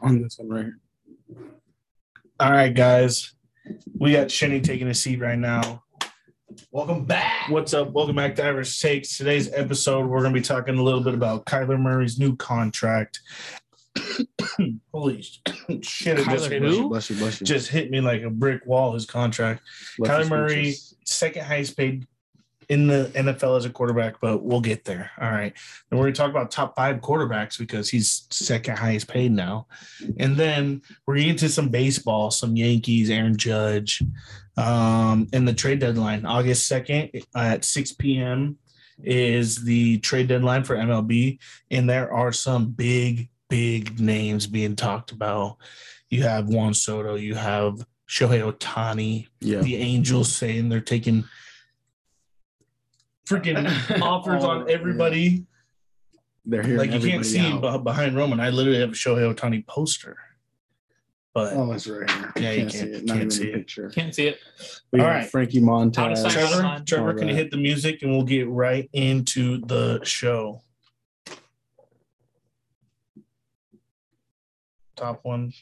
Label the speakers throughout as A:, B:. A: on this one right here. All right, guys. We got Shinny taking a seat right now.
B: Welcome back.
A: What's up? Welcome back to Average Takes. Today's episode, we're going to be talking a little bit about Kyler Murray's new contract. Holy sh- shit. It just,
C: Kyler
A: hit
C: who?
A: me,
B: Bless you, bless you.
A: just hit me like a brick wall, his contract.
B: Bless
A: Kyler
B: your
A: Murray,
B: speeches.
A: second highest paid in the NFL as a quarterback, but we'll get there. All right. And we're going to talk about top five quarterbacks because he's second highest paid now. And then we're going to get to some baseball, some Yankees, Aaron Judge, um, and the trade deadline. August 2nd at 6 p.m. is the trade deadline for MLB. And there are some big, big names being talked about. You have Juan Soto, you have Shohei Otani,
B: Yeah.
A: the Angels saying they're taking freaking offers
B: Oh,
A: on everybody.
B: They're here.
A: Like you can't see be- behind Roman. I literally have a Shohei Otani poster. But
B: Oh, it's right here.
A: Yeah, you can't-
B: it. Not
A: can't
B: even a
A: see it.
B: picture.
C: Can't see it.
B: We
A: All
B: got
A: right.
B: Frankie Montez.
C: Out of sight, out of
A: Trevor,
C: mind.
A: Trevor
B: All
A: can
B: right.
A: hit the music and we'll get right into the show. Top one.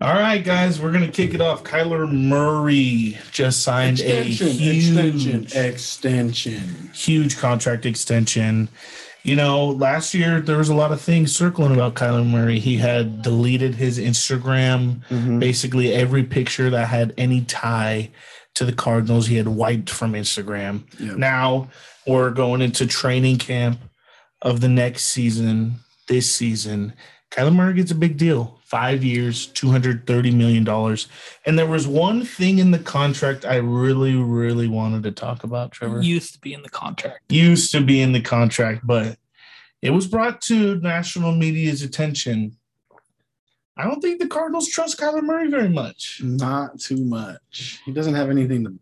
A: All right, guys, we're gonna kick it off. Kyler Murray just signed a huge
B: extension, extension.
A: huge contract extension. You know, last year there was a lot of things circling about Kyler Murray. He had deleted his Instagram,
B: Mhm.
A: basically every picture that had any tie to the Cardinals, he had wiped from Instagram.
B: Yeah.
A: Now we're going into training camp of the next season, this season. Kyler Murray gets a big deal. Five years, $230 million. And there was one thing in the contract I really, really wanted to talk about, Trevor
C: Used to be in the contract.
A: used to be in the contract, but it was brought to national media's attention. I don't think the Cardinals trust Kyler Murray very much.
B: Not too much. He doesn't have anything to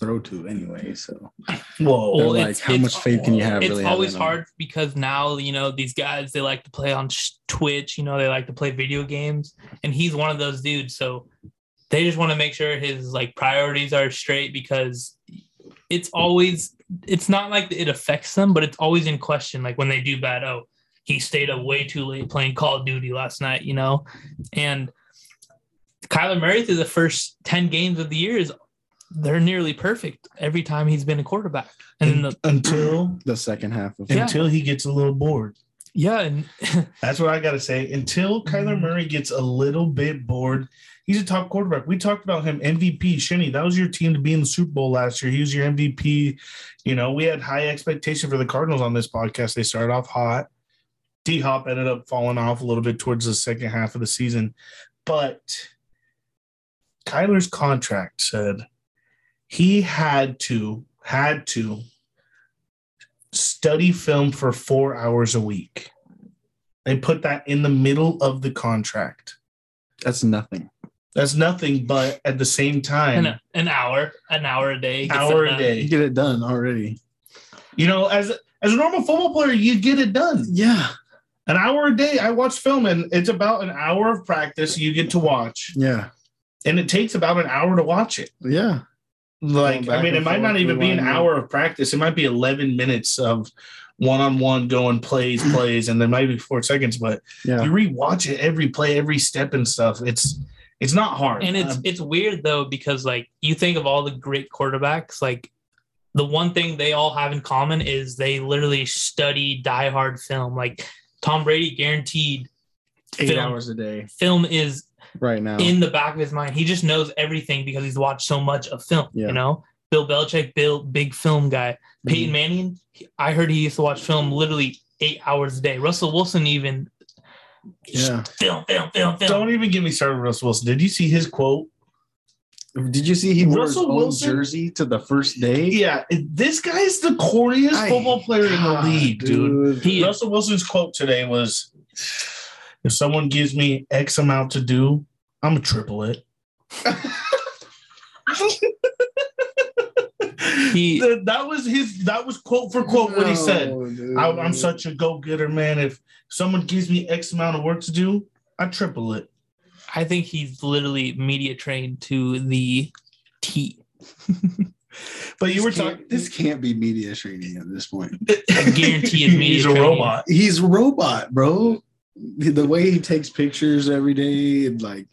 B: throw to anyway. So
A: Whoa.
B: They're
C: Well,
B: like,
C: it's-
B: how
C: it's-
B: much faith can you have?
C: It's
B: really
C: always
B: having him?
C: hard because now, you know, these guys, they like to play on sh- Twitch, you know, they like to play video games. And he's one of those dudes. So they just want to make sure his like priorities are straight because it's always, it's not like it affects them, but it's always in question. Like when they do bad, oh, he stayed up way too late playing Call of Duty last night, you know? And Kyler Murray through the first 10 games of the year is they're nearly perfect every time he's been a quarterback. And then the
A: until
B: The second half of
C: Yeah.
A: until he gets a little bored.
C: Yeah, and
A: That's what I gotta say. Until Kyler
C: Mhm.
A: Murray gets a little bit bored, he's a top quarterback. We talked about him MVP. Shinny, that was your team to be in the Super Bowl last year. He was your MVP. You know, we had high expectation for the Cardinals on this podcast. They started off hot. D Hop ended up falling off a little bit towards the second half of the season, but Kyler's contract said he had to had to study film for four hours a week. They put that in the middle of the contract.
B: that's nothing.
A: That's nothing, but at the same time,
C: an, an hour, an hour a day, gets
A: hour
C: it
A: a
C: done.
B: You
A: day.
B: get it done already.
A: You know, as as a normal football player, you get it done.
B: Yeah.
A: An hour a day. I watch film, and it's about an hour of practice you get to watch,
B: Yeah.
A: and it takes about an hour to watch it.
B: Yeah.
A: Like,
B: Going
A: I
B: back
A: mean, it
B: and
A: might not
B: forth,
A: even be an
B: rewinding.
A: hour of practice. It might be eleven minutes of one-on-one going plays, plays, and then maybe four seconds. But
B: Yeah.
A: you rewatch it every play, every step, and stuff. It's it's not hard.
C: And it's it's weird though because like you think of all the great quarterbacks, like the one thing they all have in common is they literally study diehard film. Like Tom Brady guaranteed
B: Eight
C: Film.
B: hours a day
C: film is
B: right now.
C: in the back of his mind. He just knows everything because he's watched so much of film.
B: Yeah.
C: You know, Bill Belichick, Bill, big film guy. Peyton Manning, he- I heard he used to watch film literally eight hours a day. Russell Wilson even
B: yeah.
C: film, film, film, film.
A: Don't even get me started with Russell Wilson. Did you see his quote?
B: Did you see he wore his
A: Russell
B: own
A: Wilson?
B: jersey to the first day?
A: Yeah, this guy is the corniest
B: Ay,
A: football player in the
B: God,
A: league, dude.
C: He-
A: Russell Wilson's quote today was If someone gives me X amount to do, I'm a triple it.
C: He-
A: Th- that was his, that was quote for quote what he said.
B: No, dude.
A: I, I'm such a go getter, man. If someone gives me X amount of work to do, I triple it.
C: I think he's literally media trained to the T.
A: But you were
B: This can't-
A: talking.
B: This can't be media training at this point.
C: I guarantee it's media
A: He's a
C: training.
A: robot.
B: He's a robot, bro. The way he takes pictures every day, and like,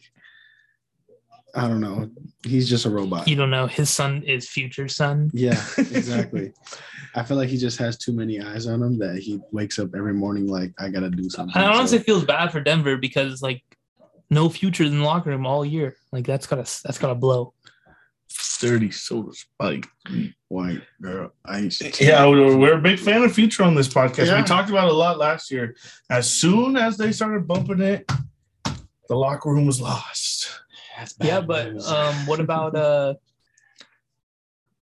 B: I don't know. He's just a robot.
C: You don't know. His son is future son.
B: Yeah, exactly. I feel like he just has too many eyes on him that he wakes up every morning like I gotta do something.
C: I honestly
B: So,
C: feels bad for Denver because like no future in the locker room all year. Like that's gotta that's gotta blow.
A: Dirty soda spike.
B: white girl ice.
A: Yeah, we're, we're a big fan of Future on this podcast.
B: Yeah.
A: We talked about it a lot last year. As soon as they started bumping it, the locker room was lost.
B: That's
C: yeah,
B: bad
C: but
B: news.
C: um, what about uh,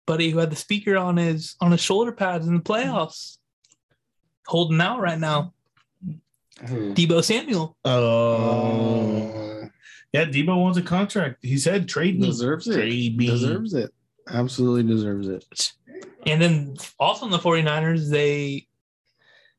C: buddy who had the speaker on his on his shoulder pads in the playoffs, holding out right now?
B: Oh.
C: Debo Samuel.
A: Oh,
B: Oh.
A: Uh, yeah. Debo wants a contract. He said, "Trade me."
B: deserves it.
A: Trade me.
B: Deserves it. Absolutely deserves it.
C: And then also in the 49ers, they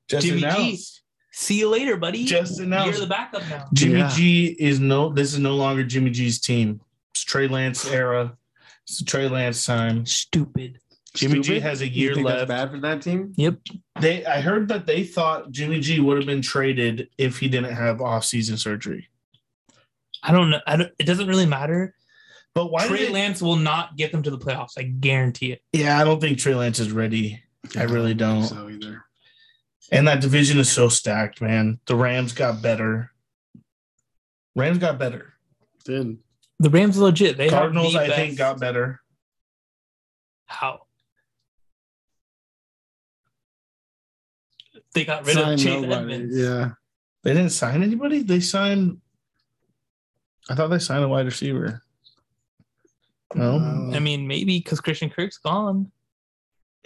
A: Just
C: Jimmy G.
A: announced.
C: see you later, buddy.
A: Just
C: You're the
A: announced.
C: backup now.
A: Jimmy
B: Yeah.
A: G is no. This is no longer Jimmy G's team. It's Trey Lance era. It's Trey Lance time.
C: Stupid.
A: Jimmy G
B: Stupid.
A: has a
B: You
A: year
B: think
A: left.
B: That's bad for that team.
A: They I heard that they thought Jimmy G would have been traded if he didn't have offseason surgery.
C: I don't know. I don't, it doesn't really matter.
A: But why
C: Trey
A: did they-
C: Lance will not get them to the playoffs. I guarantee it.
A: Yeah, I don't think Trey Lance is ready. I really
B: I
A: don't.
B: think So either.
A: And that division is so stacked, man. The Rams got better. Rams got better.
B: Did
C: The Rams are legit. They have
A: Cardinals,
C: the
A: I think,
C: best-
A: got better.
C: how they got rid
B: Sign
C: of Chase
B: nobody.
C: Edmonds.
B: Yeah.
A: They didn't sign anybody. They signed. I thought they signed a wide receiver. No.
B: Uh,
C: I mean, maybe because Christian Kirk's gone.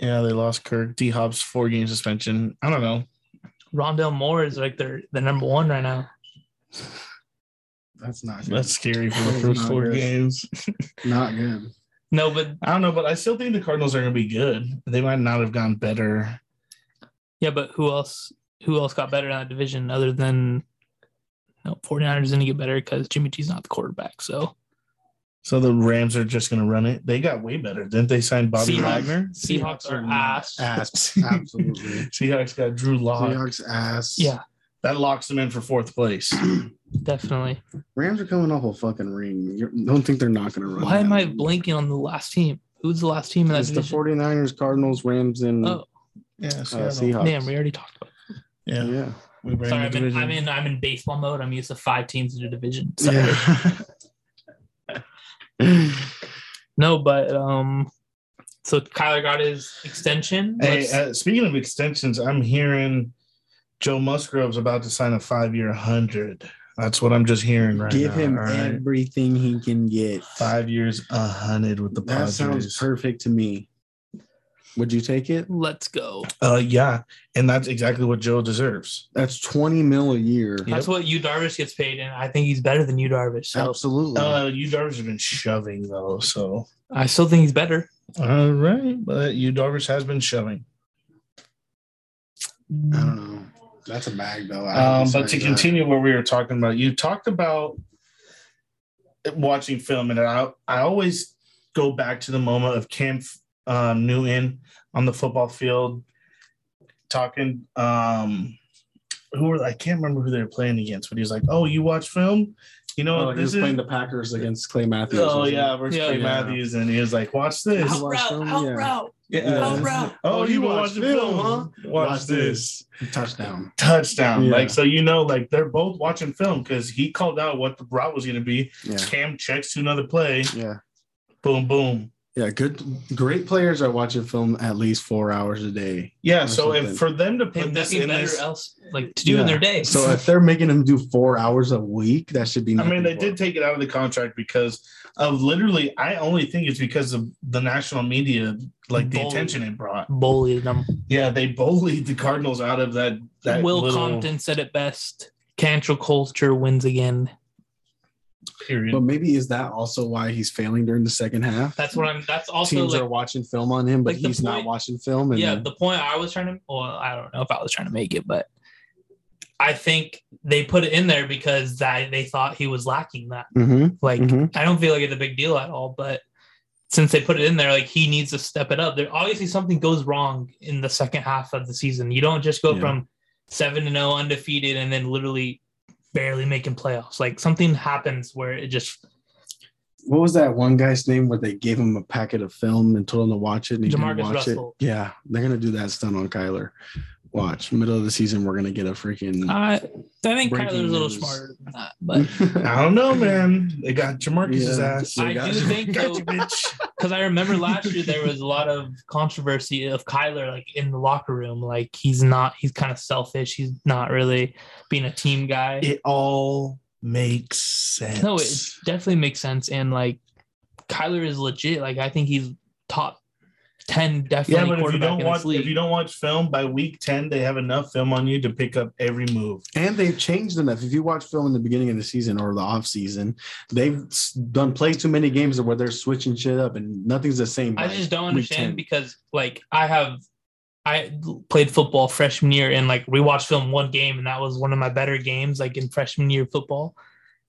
A: yeah, they lost Kirk. D Hop's four game suspension. I don't know.
C: Rondell Moore is like their the number one right now.
B: that's not good.
A: That's scary for the
B: That's
A: first
B: not
A: four
B: good.
A: games.
B: not good.
C: No, but
A: I don't know, but I still think the Cardinals are going to be good. They might not have gone better.
C: yeah, but who else? Who else got better in that division other than? No, 49ers didn't get better because Jimmy G's not the quarterback. So
A: So the Rams are just going to run it. They got way better, didn't they? Sign Bobby
C: Seahawks.
A: Wagner.
C: Seahawks, are
B: not-
C: ass.
B: Ass. Absolutely.
A: Seahawks got Drew Lock.
B: Seahawks ass.
C: Yeah,
A: That locks them in for fourth place.
C: definitely.
B: Rams are coming off a fucking ring. You don't think they're not going to run.
C: Why am
B: that
C: I
B: one.
C: blanking on the last team? Who's the last team in that
B: It's the
C: division?
B: 49ers, Cardinals, Rams, and
C: oh,
A: Yeah,
B: uh,
A: Seattle.
B: Seahawks.
C: damn, we already talked about.
A: yeah.
B: yeah. yeah.
A: We ran
C: It. Sorry,
A: the
C: I'm in,
A: division.
C: I'm in. I'm in baseball mode. I'm used to five teams in a division. So. No, but um, so Kyler got his extension.
A: Hey,
C: Let's-
A: uh, speaking of extensions, I'm hearing Joe Musgrove's about to sign a five-year hundred. That's what I'm just hearing right
B: Give
A: now.
B: him
A: all right?
B: everything he can get.
A: five years, a hundred with the
B: That sounds
A: Padres.
B: perfect to me. Would you take it?
C: let's go.
A: Uh, yeah, and that's exactly what Joe deserves.
B: That's 20 mil a year.
A: Yep.
C: That's what you Darvish gets paid, and I think he's better than you Darvish. So
B: Absolutely.
A: Uh, you Darvish has been shoving though, so
C: I still think he's better.
A: all right. But you Darvish has been shoving.
B: I don't know. That's a bag, though. I
A: Um,
B: would
A: but to
B: say that.
A: continue what we were talking about, you talked about watching film, and I I always go back to the moment of Cam um, Newton on the football field talking. Um, who were I can't remember who they were playing against, but he was like, "Oh, you watch film? You know
B: Oh,
A: what
B: he
A: this
B: was
A: is."
B: playing the Packers against Clay Matthews.
A: Oh
B: wasn't
A: yeah, versus
C: Yeah.
A: Clay
B: Yeah.
A: Matthews, and he was like, "Watch this."
C: Help
B: watch
C: route,
B: film?
C: help
B: Yeah.
C: route,
B: Yeah.
C: help route.
A: Oh, you, watch, the film, huh? Watch,
B: Watch
A: this.
B: this. it? Touchdown.
A: touchdown.
B: Yeah.
A: Like so, you know, like they're both watching film because he called out what the route was going to be.
B: Yeah.
A: Cam checks to another play.
B: Yeah.
A: Boom, boom.
B: Yeah. Good. Great players are watching film at least four hours a day.
A: Yeah.
B: Or
A: so
B: something.
A: if for them to
C: They have
A: put this
C: nothing
A: in
C: better
A: this,
C: else like to do in
B: Yeah.
C: their day.
B: So if they're making them do four hours a week, that should be.
A: I mean,
B: nothing
A: they
B: for
A: did
B: them.
A: take it out of the contract because of literally. I only think it's because of the national media, like the
C: Bullied.
A: attention it brought.
C: bullied them.
A: Yeah, they bullied the Cardinals out of that. That
C: Will
A: little
C: Compton said it best. Cancel culture wins again.
A: period.
B: But maybe is that also why he's failing during the second half?
C: That's what I'm. That's also
B: Teams
C: like
B: are watching film on him, but
C: like the
B: he's not
C: point-
B: watching film. And
C: yeah, the point I was trying to well, I don't know if I was trying to make it, but I think they put it in there because that they thought he was lacking that.
A: Mm-hmm.
B: Mhm,
C: Like
B: mhm.
C: I don't feel like it's a big deal at all, but since they put it in there, like he needs to step it up. There obviously something goes wrong in the second half of the season. You don't just go
B: Yeah.
C: from seven to zero undefeated and then literally barely making playoffs. Like something happens where it just
B: What was that one guy's name where they gave him a packet of film and told him to watch it and he
C: Jamarcus
B: didn't watch
C: Russell.
B: it? Yeah, they're gonna do that stunt on Kyler. Watch middle of the season, we're gonna get a freaking.
C: I I
B: Mm.
C: think
B: Breaking
C: Kyler's a little
B: news.
C: smarter than that, but
A: I don't know, man. They got Jamarcus'
B: Yeah.
A: ass.
C: I do think
A: Got
C: though,
A: you, bitch.
C: because I remember last year there was a lot of controversy of Kyler like in the locker room, like he's not he's kind of selfish, he's not really being a team guy.
A: It all makes sense.
C: No, it definitely makes sense. And like Kyler is legit. Like I think he's top ten
A: yeah,
C: definitely
A: but if you
C: quarterback
A: don't
C: in
A: watch
C: this league.
A: if you don't watch film by week ten, they have enough film on you to pick up every move.
B: And they've changed enough. If you watch film in the beginning of the season or the off season, they've s- done play too many games where they're switching shit up and nothing's the same.
C: I
B: by
C: just don't
B: week 10.
C: understand because like I have I played football freshman year and like we watched film one game and that was one of my better games like in freshman year football.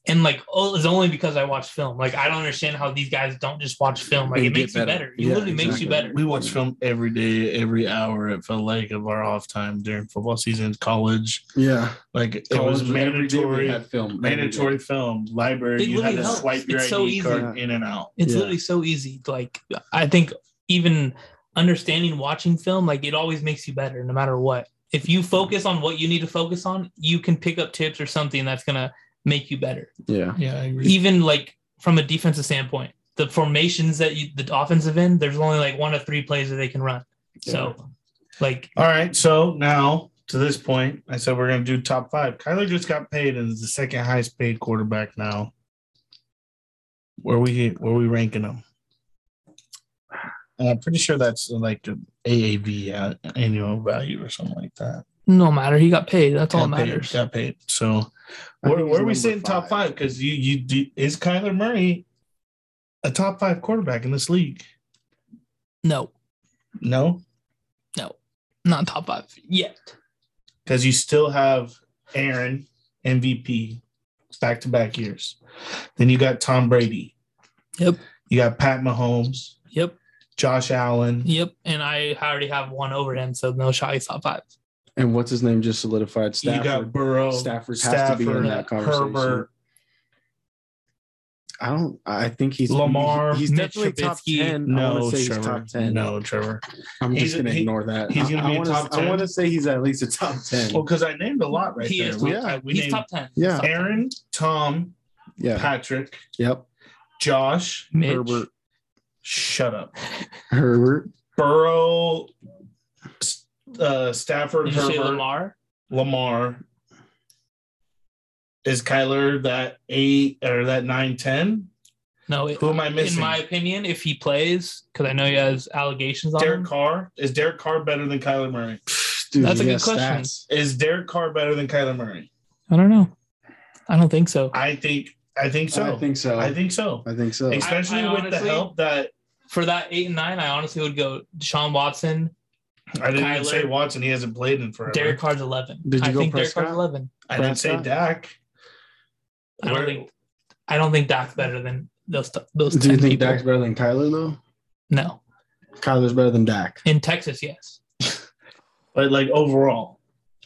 C: And like oh, it's only because I watched film. Like I don't understand how these guys don't just watch film. Like
B: And
C: it
B: get
C: makes you
B: better.
C: better. It
B: Yeah,
C: literally makes you
B: exactly.
C: better.
A: We watch film every day, every hour. It felt like of our off time during football season, college.
B: Yeah.
A: Like it
B: College,
A: was
B: every day we
A: mandatory,
B: had film. every day.
A: mandatory film library.
C: They
A: You had
C: literally
A: to
C: help.
A: swipe your
C: It's so
A: ID
C: easy.
A: card in and out.
C: It's
B: Yeah.
C: literally so easy. Like I think even understanding watching film, like it always makes you better no matter what. If you focus on what you need to focus on, you can pick up tips or something that's gonna make you better.
B: Yeah.
A: Yeah, I agree.
C: Even like from a defensive standpoint, the formations that you the offensive end, there's only like one of three plays that they can run. So like
A: All right. So now to this point, I said we're going to do top five. Kyler just got paid and is the second highest paid quarterback now. Where we where we ranking him? And I'm pretty sure that's like an AAV uh, annual value or something like that.
C: no matter, he got paid. That's all that
A: got paid,
C: matters.
A: Got paid. So
B: I
A: where,
B: think he's
A: where are we
B: number
A: sitting top
B: five.
A: five? Because you you do, is Kyler Murray a top five quarterback in this league?
C: No,
A: No,
C: not top five yet.
A: because you still have Aaron MVP back to back years. Then you got Tom Brady.
C: Yep.
A: You got Pat Mahomes,
C: Yep.
A: Josh Allen.
C: Yep. And I already have one over him, so no shot he's top five.
B: And what's his name just solidified?
A: You got
B: Stafford.
A: Burrow,
B: Stafford has to be in
A: Stafford,
B: that conversation.
A: Herbert.
B: I don't. I think he's
A: Lamar,
B: He's
C: Mitch
B: definitely top
C: Trubisky.
B: ten. I
A: No,
B: want to say he's
A: Trevor.
B: top ten.
A: No, Trevor.
B: I'm
A: He's-
B: just gonna
A: he-
B: ignore that.
A: he's
B: I-
A: gonna
B: I,
A: be a
B: wanna,
A: top
B: I
A: 10.
B: want to say he's at least a top ten.
A: Well, because I named a lot right
C: He
A: there.
C: is
A: We-
C: top ten.
A: we
C: He's
A: named
C: top ten.
B: Yeah.
C: Top 10.
A: Aaron, Tom,
B: Yeah.
A: Patrick,
B: Yep.
A: Josh.
C: Mitch.
B: Herbert.
A: Shut up.
B: Herbert.
A: Burrow, S- uh, Stafford,
C: Did you say
A: Herbert,
C: Lamar?
A: Lamar. Is Kyler that eight or that nine ten?
C: No. it-
A: Who am I missing?
C: In my opinion, if he plays, because I know he has allegations on
A: Derek
C: him.
A: Carr is Derek Carr better than Kyler Murray?
B: Dude,
C: That's a
B: he
C: good
B: has
C: question.
B: stats.
A: Is Derek Carr better than Kyler Murray?
C: I don't know. I don't think so.
A: I think I think so.
B: I think so.
A: I think so.
B: I think so.
A: Especially
C: I
A: with the
C: honestly-
A: help that
C: For that eight and nine, I honestly would go Deshaun Watson,
A: I didn't even
C: Kyler-
A: say Watson. He hasn't played in forever.
C: Derek Carr's eleven.
B: Did you
C: I
B: go
C: think Derek
B: Prescott?
C: Carr's eleven.
A: I didn't say
B: Prescott?
A: Dak.
C: I don't
A: Where-
C: think. I don't think Dak's better than those. t- Those.
B: Do you
C: 10
B: think
C: people.
B: Dak's better than Kyler though?
C: No.
B: Kyler's better than Dak.
C: In Texas, yes.
A: But like overall,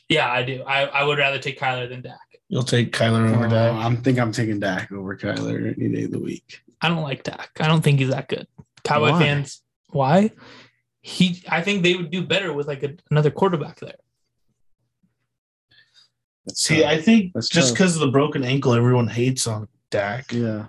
C: Yeah, I do. I, I would rather take Kyler than Dak.
A: you'll take Kyler over
B: Oh,
A: Dak.
B: I'm think I'm taking Dak over Kyler any day of the week.
C: I don't like Dak. I don't think he's that good. Cowboy
B: Why?
C: fans, why? He, I think they would do better with like a, another quarterback there.
B: That's
A: See,
B: tough.
A: I think
B: That's
A: just
B: tough.
A: because of the broken ankle, everyone hates on Dak.
B: yeah.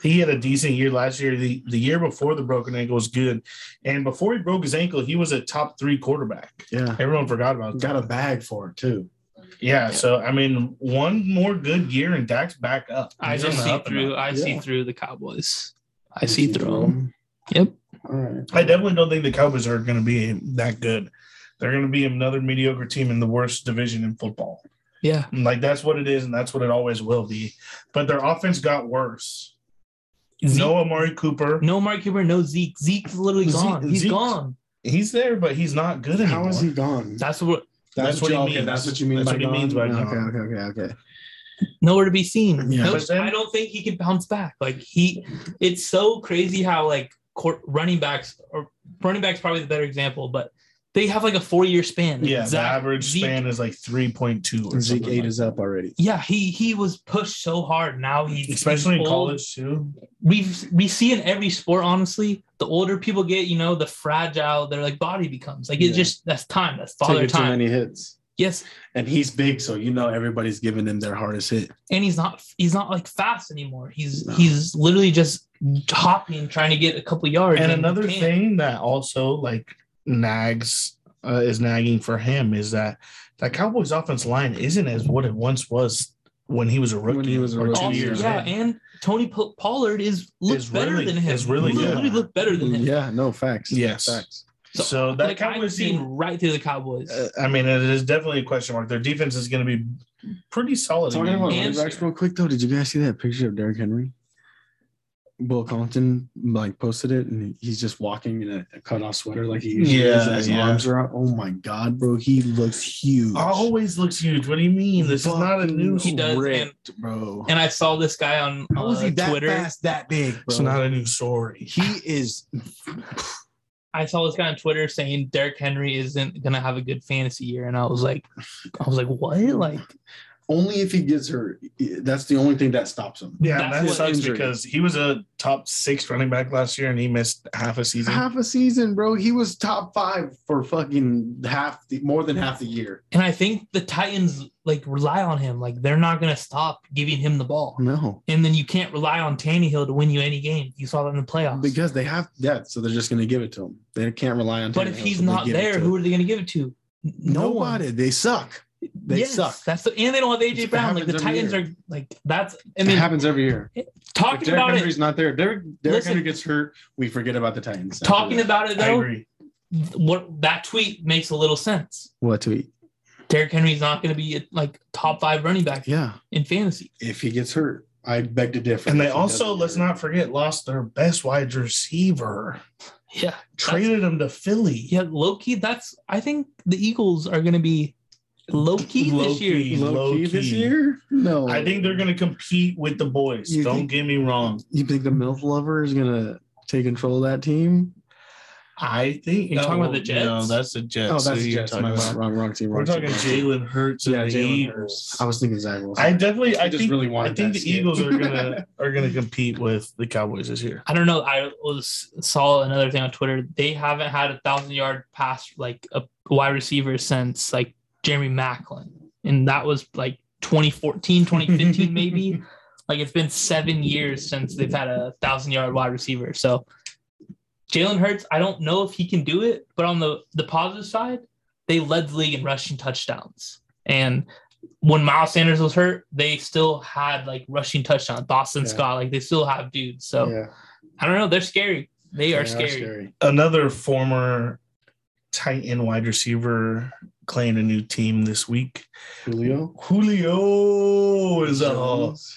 A: He had a decent year last year. The, the year before the broken ankle was good. And before he broke his ankle, he was a top three quarterback.
B: Yeah.
A: Everyone forgot about that.
B: Got a bag for it too.
A: Yeah. So, I mean, one more good year and Dak's back up.
C: I
A: He's
C: just
A: on the
C: see
A: up and
C: through.
A: up.
C: I see
B: Yeah.
C: through the Cowboys. I
B: You
C: see through them.
B: him.
C: Yep.
B: All right.
A: I definitely don't think the Cowboys are going to be that good. They're going to be another mediocre team in the worst division in football.
C: Yeah.
A: Like, that's what it is. And that's what it always will be. But their offense got worse.
C: Zeke,
A: No
C: no,
A: Amari Cooper.
C: Mark Cuban, no Zeke. Zeke's literally
A: Zeke-
C: gone. He's
A: Zeke's-
C: gone.
A: He's there, but he's not good anymore.
B: How is he gone?
C: That's what
A: That's what he
B: you- okay,
A: means.
B: That's what you mean.
A: That's
B: by
A: what he
B: gone?
A: means by
B: okay,
A: gone.
B: okay, okay, okay.
C: nowhere to be seen.
B: Yeah.
C: No,
A: But then-
C: I don't think he can bounce back. Like he, it's so crazy how like court running backs or running backs probably the better example, but they have like a four year span.
A: Yeah, the
C: Zach-
A: average
C: Zeke-
A: span is like 3.2 or
B: Zeke
A: something.
B: eight
A: Like.
B: is up already.
C: Yeah, he he was pushed so hard. Now he's
A: Especially in
C: he's old.
A: college too.
C: We we see in every sport, honestly, the older people get, you know, the fragile their like body becomes. Like it's
B: Yeah.
C: just that's time. That's father
B: Taking too
C: time.
B: many hits,
C: Yes,
B: and he's big, so you know everybody's giving him their hardest hit.
C: and he's not he's not like fast anymore. He's
B: No.
C: he's literally just hopping, trying to get a couple yards.
A: And
C: he
A: another
C: can't.
A: thing that also like nags uh, is nagging for him is that that Cowboys offense line isn't as what it once was when he was a rookie.
B: When he was a
A: or two
B: rookie.
C: Also,
A: years
C: yeah,
A: in.
C: and Tony Po- Pollard is looks
A: Is
C: better
A: really-
C: than him.
A: is really
C: Look-
B: good.
C: literally look better than him.
B: Yeah, no facts.
A: Yes.
B: facts.
A: So,
C: So,
A: that
C: like I've
A: Cowboys
C: seen
A: team,
C: right through the Cowboys.
A: uh, I mean, it is definitely a question mark. Their defense is going to be pretty solid.
B: Talking about
A: again.
B: running backs real quick though, did you guys see that picture of Derrick Henry? Will Compton like posted it, and he's just walking in a, a cutoff sweater like he usually
A: Yeah,
B: is, and his
A: yeah.
B: arms are out. Oh my god, bro, he looks huge.
A: always looks huge. What do you Oh, mean? This is not a new.
C: He does, and-
B: bro.
C: and I saw this guy on
B: How
C: uh,
B: is he that
C: Twitter.
B: fast, that big? Bro?
A: It's not a new story.
B: he is.
C: I saw this guy on Twitter saying Derrick Henry isn't gonna have a good fantasy year, and I was like, I was like, what? Like,
B: Only if he gets hurt, that's the only thing that stops him.
A: Yeah,
C: That's
A: that
C: what-
A: sucks
B: Injury.
A: because he was a top six running back last year and he missed half a season.
B: Half a season, bro. He was top five for fucking half, the, more than half the year.
C: and I think the Titans like rely on him. Like, they're not gonna stop giving him the ball.
B: No,
C: And then you can't rely on Tannehill to win you any game. You saw that in the playoffs.
B: because they have yeah, so they're just gonna give it to him. They can't rely on.
C: but
B: Tannehill,
C: if he's
B: so they
C: not
B: give it
C: there,
B: to him.
C: who are they gonna give it to? N- No one.
B: Nobody. They suck. They
C: Yes,
B: suck.
C: That's the, and they don't have AJ
B: It
C: Brown. Like the
B: happens every
C: Titans
B: year.
C: are like that's. I
B: it
C: mean,
B: happens every year. If
C: talking
B: Derrick
C: about
B: Henry's
C: it,
B: not there. Derrick, Derrick
C: Listen.
B: Henry gets hurt. We forget about the Titans. after
C: talking
B: that.
C: about it
A: I
C: though,
A: agree.
C: what that tweet makes a little sense.
B: what tweet?
C: Derrick Henry's not going to be a, like top five running back
B: Yeah,
C: in fantasy.
B: if he gets hurt, I beg to differ.
A: And
B: If
A: they
B: he doesn't
A: also, let's
B: get hurt.
A: not forget, lost their best wide receiver.
C: Yeah,
A: Traded him to Philly.
C: yeah. Low key, that's. I think the Eagles are going to be low key
A: Low
C: this year.
A: key.
B: low, key,
A: low
B: this
A: key.
B: year. No,
A: I think they're going to compete with the boys.
B: You
A: Don't
B: think-
A: get me wrong.
B: You think the MILF lover is gonna take control of that team?
A: I think
C: You're talking about the Jets?
A: No, that's the Jets.
B: oh, that's
A: Who
B: the
A: you're
B: Jets.
A: talking
B: My
A: about.
B: bad. wrong, wrong team.
A: We're
B: wrong
A: talking
B: team, wrong team.
A: Jalen Hurts and
B: Yeah,
A: the
B: Jalen
A: Eagles.
B: I was thinking Zach Wilson.
A: I definitely, I,
B: I just
A: think,
B: really
A: I
B: wanted. that
A: think the
B: skip.
A: Eagles are gonna are gonna compete with the Cowboys this year.
C: I don't know. I was saw another thing on Twitter. They haven't had a thousand yard pass like a wide receiver since like Jeremy Macklin, and that was like 2014, 2015 maybe. Like it's been seven years since they've had a thousand yard wide receiver. So Jalen Hurts, I don't know if he can do it, but on the the positive side, they led the league in rushing touchdowns. And when Miles Sanders was hurt, they still had like rushing touchdowns. Boston
B: Yeah.
C: Scott, like they still have dudes. So.
B: Yeah,
C: I don't know. They're scary. They are
B: they
C: scary.
A: Another former Titan wide receiver claimed a new team this week.
B: Julio
A: Julio is a
B: Jones.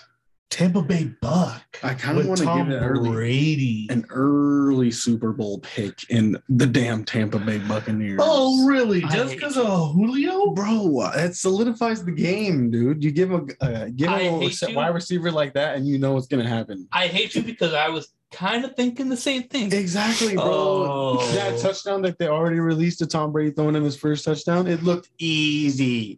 A: Tampa Bay Buck.
B: I kinda wanna give it early.
A: Brady.
B: an early Super Bowl pick in the damn Tampa Bay Buccaneers.
A: oh, really?
C: I
A: Just
C: hate
A: because of Julio?
B: bro, that solidifies the game, dude. You give a uh, give
C: I
B: a
C: hate you.
B: wide receiver like that, and you know what's gonna happen.
C: I hate you because I was kind of thinking the same thing.
B: Exactly, bro.
A: Oh.
B: That touchdown that they already released to Tom Brady throwing him his first touchdown, it looked easy,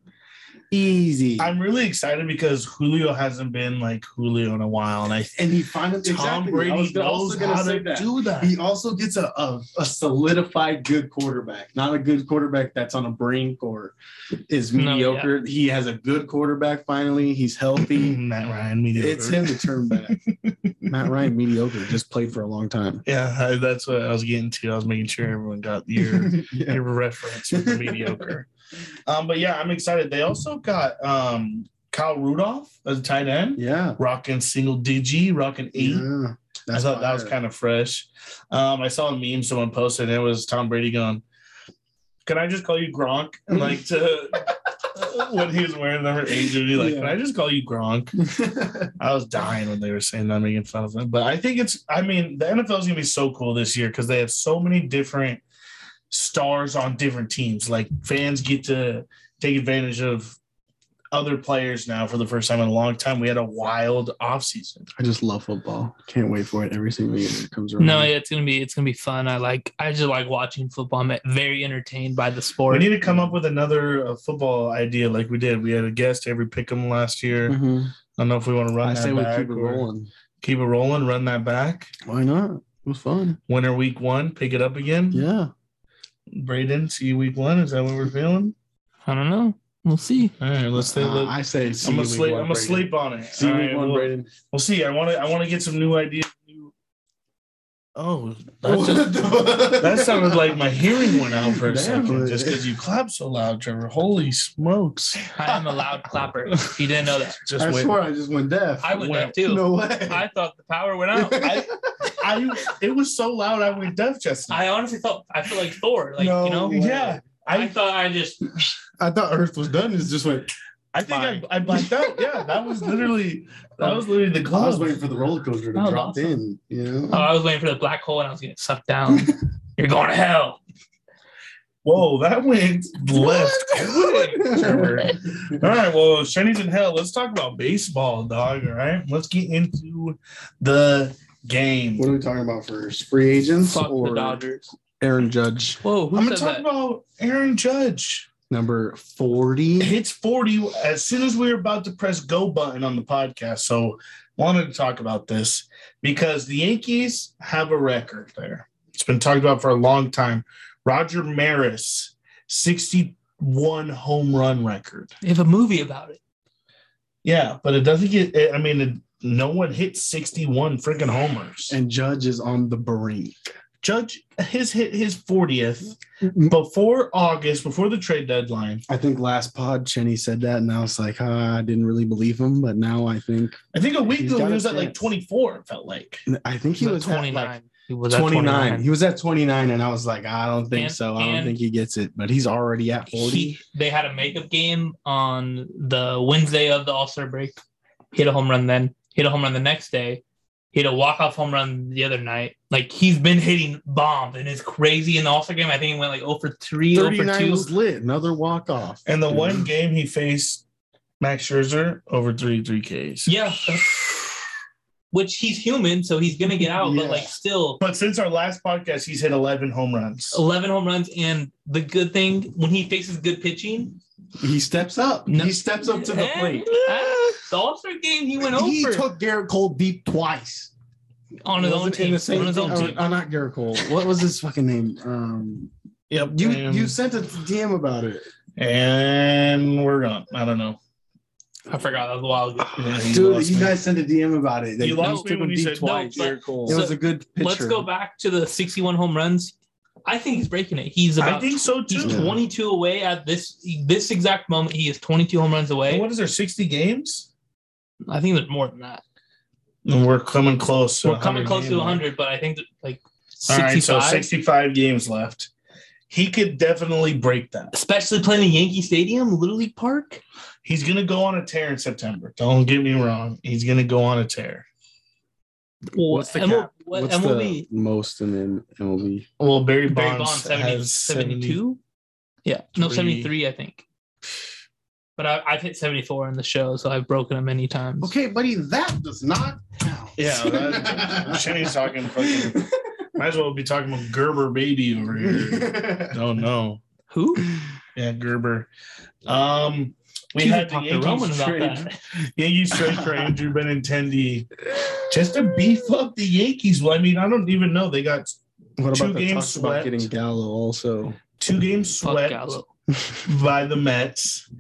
B: easy.
A: I'm really excited because Julio hasn't been like Julio in a while, and I think
B: and he finally
A: Tom
B: exactly, I
A: Brady
B: was gonna-
A: knows
B: also gonna
A: how
B: say
A: to
B: that.
A: do that.
B: He also gets a, a, a solidified good quarterback, not a good quarterback that's on a brink or is
C: No,
B: mediocre. He has a good quarterback finally. He's healthy.
A: Matt Ryan, mediocre.
B: it's him to turn back. Matt Ryan, mediocre, just played for a long time.
A: Yeah, I, that's what I was getting to. I was making sure everyone got your
B: yeah.
A: your reference with the mediocre. Um, but yeah, I'm excited. They also got um Kyle Rudolph as a tight end,
B: Yeah.
A: rocking single digi, rocking eight.
B: Yeah.
A: I thought that was kind of fresh. Um, I saw a meme someone posted, and it was Tom Brady going, "Can I just call you Gronk?" And like to when he was wearing number eight jersey, like,
B: Yeah.
A: "Can I just call you Gronk?"
B: of
A: I was dying when they were saying that, making fun of them. But I think it's, I mean, the NFL is going to be so cool this year because they have so many different stars on different teams. Like fans get to take advantage of other players now for the first time in a long time. We had a wild offseason.
B: I just love football. Can't wait for it every single year it comes around.
C: No, yeah, it's gonna be it's gonna be fun. I like I just like watching football. I'm very entertained by the
A: We
C: sport.
A: need to come
B: Mm.
A: up with another uh, football idea like we did. We had a guest every pick 'em last year. I
B: Mhm.
A: don't know if we want to run
B: I
A: that
B: say we
A: back.
B: keep it
A: or-
B: rolling.
A: Keep it rolling, run that back.
B: Why not? It was fun.
A: Winter week one, pick it up again.
B: Yeah.
A: Braden, see you week one. Is that what we're feeling?
C: I don't know. We'll see.
A: All right, let's say.
B: Uh,
A: let-
B: I say see
A: I'm
B: you
A: gonna
B: week
A: sleep.
B: one,
A: I'm gonna
B: Brayden.
A: sleep on it.
B: See you
A: All
B: week
A: right,
B: one,
A: we'll-
B: Braden.
A: We'll see. I want to. I want to get some new ideas. new- Oh, that's just- that sounded like my hearing went out for a
B: Damn,
A: second
B: it-
A: just because you clapped so loud, Trevor. Holy smokes!
C: I am a loud clapper. If you didn't know that,
A: Just
B: I
A: wait.
B: swear I just went deaf.
C: I went
A: Well,
C: deaf too.
B: No way.
C: I thought the power went out. I,
A: I it was so loud I went deaf just now.
C: I honestly thought I feel like Thor. Like
B: No
C: you know,
B: way.
A: yeah,
C: I,
A: I
C: thought I just oh,
B: I thought Earth was done. It's just went.
A: I think I, I blacked out. Yeah, that was literally that was literally the
B: I was
A: glove.
B: waiting for the roller coaster to
C: That was
B: drop
C: awesome.
B: in. You know.
C: oh, I was waiting for the black hole and I was getting sucked down. You're going to hell.
A: Whoa, that went left. quick, Trevor. All right, well, Shanies in Hell, let's talk about baseball, dog. All right, let's get into the game.
B: What are we talking about first? Free agents
C: Fuck
B: or
C: the Dodgers.
B: Aaron Judge,
C: Whoa, who
A: I'm going
C: said
A: to talk
C: that?
A: about Aaron Judge.
B: number forty?
A: Hits 40 as soon as we were about to press go button on the podcast. So, wanted to talk about this because the Yankees have a record there. It's been talked about for a long time. Roger Maris, 61 home run record.
C: They have a movie about it.
A: Yeah, but it doesn't get, it, I mean, it, no one hit 61 freaking homers.
B: And Judge is on the brink.
A: Judge his hit his 40th before August, before the trade deadline.
B: I think last pod Chenny said that, and I was like, ah, I didn't really believe him, but now I think
A: I think a week
B: He's
A: ago
B: got
A: he
B: a
A: was at like
B: chance.
A: 24, it felt like.
B: I think he
C: He
B: was
C: was
B: at, like,
C: 29. He was at
B: 29.
C: 29.
B: He was at 29, and I was like, I don't think
C: And-
B: so. I don't
C: and-
B: think he gets it, but he's already at 40.
C: He- they had a makeup game on the Wednesday of the All Star break. Hit a home run then. Hit a home run the next day. Hit a walk off home run the other night. Like he's been hitting bombs and it's crazy in the All Star game. I think he went like 0 for 3, 0 for
B: 39
C: 2.
B: was lit. Another walk off.
A: And the one
B: Mm-hmm.
A: game he faced Max Scherzer over three three Ks.
C: Yeah. uh, Which he's human, so he's gonna get out,
B: Yeah.
C: but like still
A: But since our last podcast, he's hit 11 home runs.
C: 11 home runs. And the good thing when he faces good pitching,
B: he steps up.
C: No.
B: He steps up to the
C: Eh,
B: plate.
C: eh, the All Star game, he went
B: He
C: over
B: took Garrett Cole deep twice.
C: on his own
B: Wasn't in
C: team.
B: the same
C: on his own
B: thing-
C: team.
B: or- or not Garrett Cole. What was his fucking name? Um,
A: Yep.
B: you
A: and,
B: you sent a DM about it,
A: and we're gone. I don't know.
C: I forgot that was a while ago.
A: Yeah, he
B: dude.
A: lost
B: You
A: me.
B: guys sent a DM about it. They
A: You lost
B: took
A: me
B: him
A: when you
B: deep
A: said no,
B: twice.
C: but-
A: Garrett Cole.
B: it
C: So,
B: was a good pitcher.
C: Let's go back to the 61 home runs. I think he's breaking it. He's about
A: I think so too.
C: he's
B: Yeah.
C: 22 away at this this exact moment. He is 22 home runs
A: And
C: away.
A: What is there, 60 games?
C: I think there's more than that.
A: And we're coming close. to
C: We're coming
A: 100
C: close to
A: game mark.
C: 100, but I think that, like
A: All
C: 65,
A: right, so 65 games left. He could definitely break that.
C: especially playing in Yankee Stadium, Little League Park.
A: He's going to go on a tear in September. Don't get me wrong. He's going to go on a tear.
B: What's the
C: And we'll-
B: cap?
C: what-
B: What's
C: and we'll
B: the
C: be-
B: most in MLB?
A: Well, Barry
C: Barry
A: Bonds,
C: Bonds, 70
A: has 72.
C: 72? Yeah, no,
A: Three.
C: 73, I think. But I, I've hit 74 in the show, so I've broken him many times.
B: Okay, buddy, that does not count.
A: Yeah, that- Shenny's talking fucking- Might as well be talking about Gerber baby over here. Don't know.
C: Who?
A: Yeah, Gerber. Um, we
C: You
A: had
C: should
A: the
C: talk to
A: Yankees
C: Roman about
A: trade,
C: that.
A: Yankees trade for Andrew Benintendi just to beef up the Yankees. Well, I mean, I don't even know. They got
B: What
A: Two
B: about the
A: games
B: talk
A: swept.
B: about getting Gallo also?
A: two games
C: Fuck
A: swept.
C: Gallo.
A: by the Mets.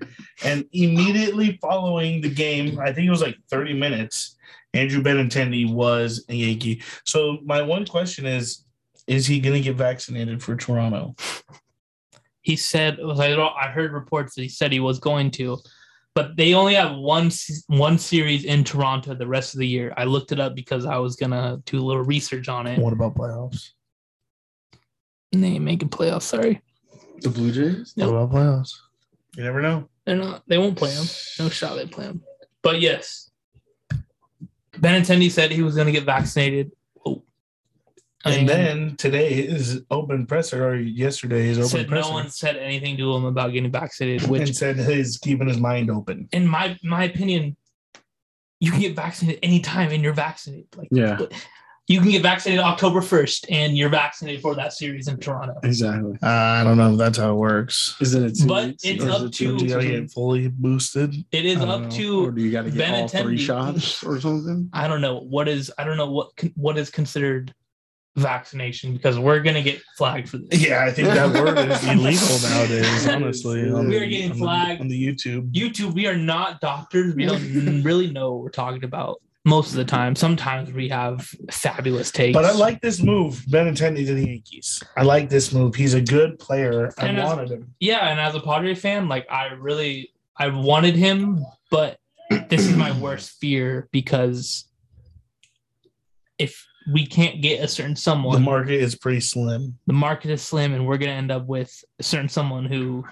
A: And immediately following the game, I think it was like 30 minutes, Andrew Benintendi was a Yankee. So my one question is, is he going to get vaccinated for Toronto?
C: He said I don't- I heard reports that he said he was going to, but they only have one s- one series in Toronto the rest of the year. I looked it up because I was gonna do a little research on it.
A: What about playoffs?
C: They ain't making playoffs. Sorry,
B: The Blue Jays?
C: What
A: about playoffs? You never know.
C: they're not. They won't play him. No shot they play him. But yes, Benintendi said he was gonna get vaccinated. Oh,
A: And
C: mean,
A: then today is open presser, or yesterday is open
C: said
A: presser,
C: no one said anything to him about getting vaccinated, which
A: and said he's keeping his mind open.
C: in my my opinion, you can get vaccinated anytime and you're vaccinated. Like
B: Yeah,
C: you can get vaccinated October 1st and you're vaccinated for that series in Toronto.
B: exactly.
A: Uh, I don't know if that's how it works.
B: Is it a two
C: But
B: weeks?
C: it's
B: Or is
C: up
B: it
C: to-
B: two
A: You
B: weeks or
A: gotta
B: something?
A: get fully boosted.
C: It is
A: I don't
C: up
A: know.
C: to
B: or do you got to get all three
C: Benintendi.
B: shots or something?
C: I don't know what is I don't know what con- what is considered vaccination because we're gonna get flagged for this.
A: Yeah, I think that word is illegal nowadays. Honestly, on
B: We
A: the-
C: are getting
A: on the-
C: flagged.
A: on the YouTube.
C: YouTube, we are not doctors. We don't really know what we're talking about most of the time. Sometimes we have fabulous takes.
A: But I like this move, Benintendi to the Yankees. I like this move. He's a good player. I
C: And as-
A: wanted him.
C: yeah, and as a Padre fan, like I really I wanted him, but this is my worst fear because if we can't get a certain
A: The
C: someone,
A: market is pretty slim.
C: the market is slim, and we're gonna end up with a certain someone who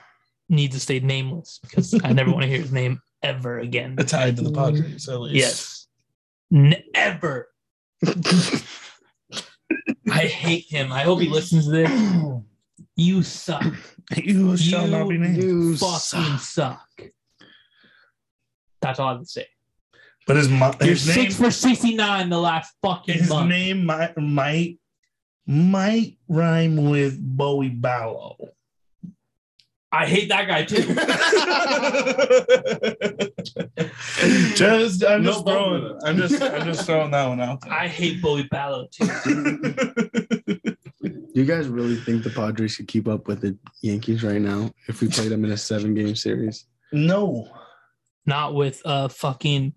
C: needs to stay nameless because I never want to hear his name ever again.
A: It's tied to the Padres, at least.
C: Yes, never. I hate him. I hope he listens to this. You suck.
A: You shall
C: You
A: not be named.
B: You
C: Fucking suck. That's all I have to say.
A: But his, mo-
C: You're
A: his name,
C: six for 69 the last fucking
A: his
C: month.
A: name might, might might rhyme with Bowie Ballo.
C: I hate that guy too.
A: just I'm
B: No
A: just throwing
B: bummer.
A: I'm just I'm just throwing that one out.
C: I hate Bowie Ballo too.
B: You guys really think the Padres could keep up with the Yankees right now if we played them in a seven game series?
A: no.
C: Not with uh fucking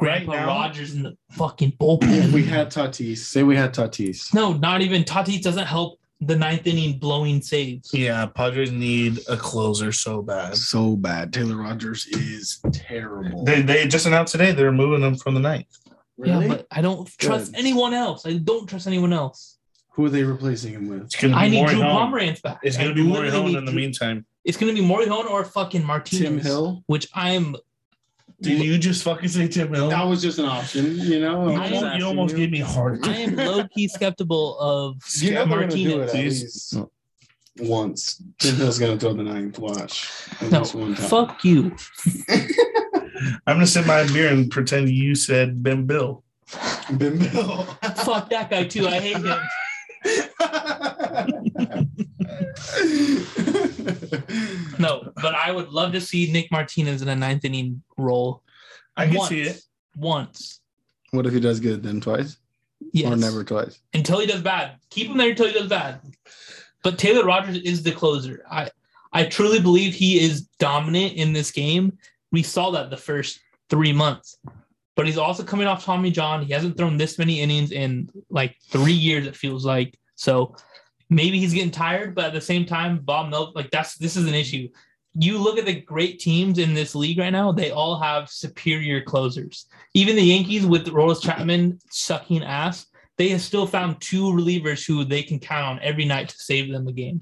A: Right
C: Grandpa
A: now?
C: Rogers in the fucking
B: If
C: bullpen.
B: we had Tatis, say we had Tatis.
C: no, not even Tatis doesn't help the ninth inning blowing saves.
A: Yeah, Padres need a closer so bad.
B: So bad. Taylor Rogers is terrible.
A: They, they just announced today they're moving them from the ninth.
C: Yeah, but I don't trust
B: Good.
C: anyone else. I don't trust anyone else.
B: Who are they replacing him with?
A: It's gonna be
C: I need
A: Morihone.
C: Drew Pomeranz back.
A: It's
C: I
A: gonna be Morihone
C: literally need
A: in the
C: Drew-
A: meantime.
C: It's gonna be Morihone or fucking Martinez.
B: Tim Hill.
C: Which I'm
A: Did you just fucking say Tim Hill?
B: That was just an option, you know.
A: you
B: I'm just
A: almost,
B: asking
A: you almost
B: you.
A: gave me a heart
C: I am low key skeptical of
B: You know they're gonna do it
C: Martinez.
B: at
A: Please.
B: least once. Tim Hill's gonna throw the ninth. Watch. At
C: No,
B: least one time.
C: fuck you.
A: I'm gonna sip my beer and pretend you said Ben Bill.
B: Ben Bill.
C: fuck that guy too. I hate him. No, but I would love to see Nick Martinez in a ninth inning role.
A: I can
C: once,
A: see it.
C: Once.
B: What if he does good then twice
C: Yes.
B: or never twice?
C: Until he does bad. Keep him there until he does bad. But Taylor Rogers is the closer. I I truly believe he is dominant in this game. We saw that the first three months. But he's also coming off Tommy John. He hasn't thrown this many innings in like three years, it feels like. So maybe he's getting tired, but at the same time, Bob Mel, like that's this is an issue. You look at the great teams in this league right now, they all have superior closers. Even the Yankees with Rollis Chapman sucking ass, they have still found two relievers who they can count on every night to save them a game.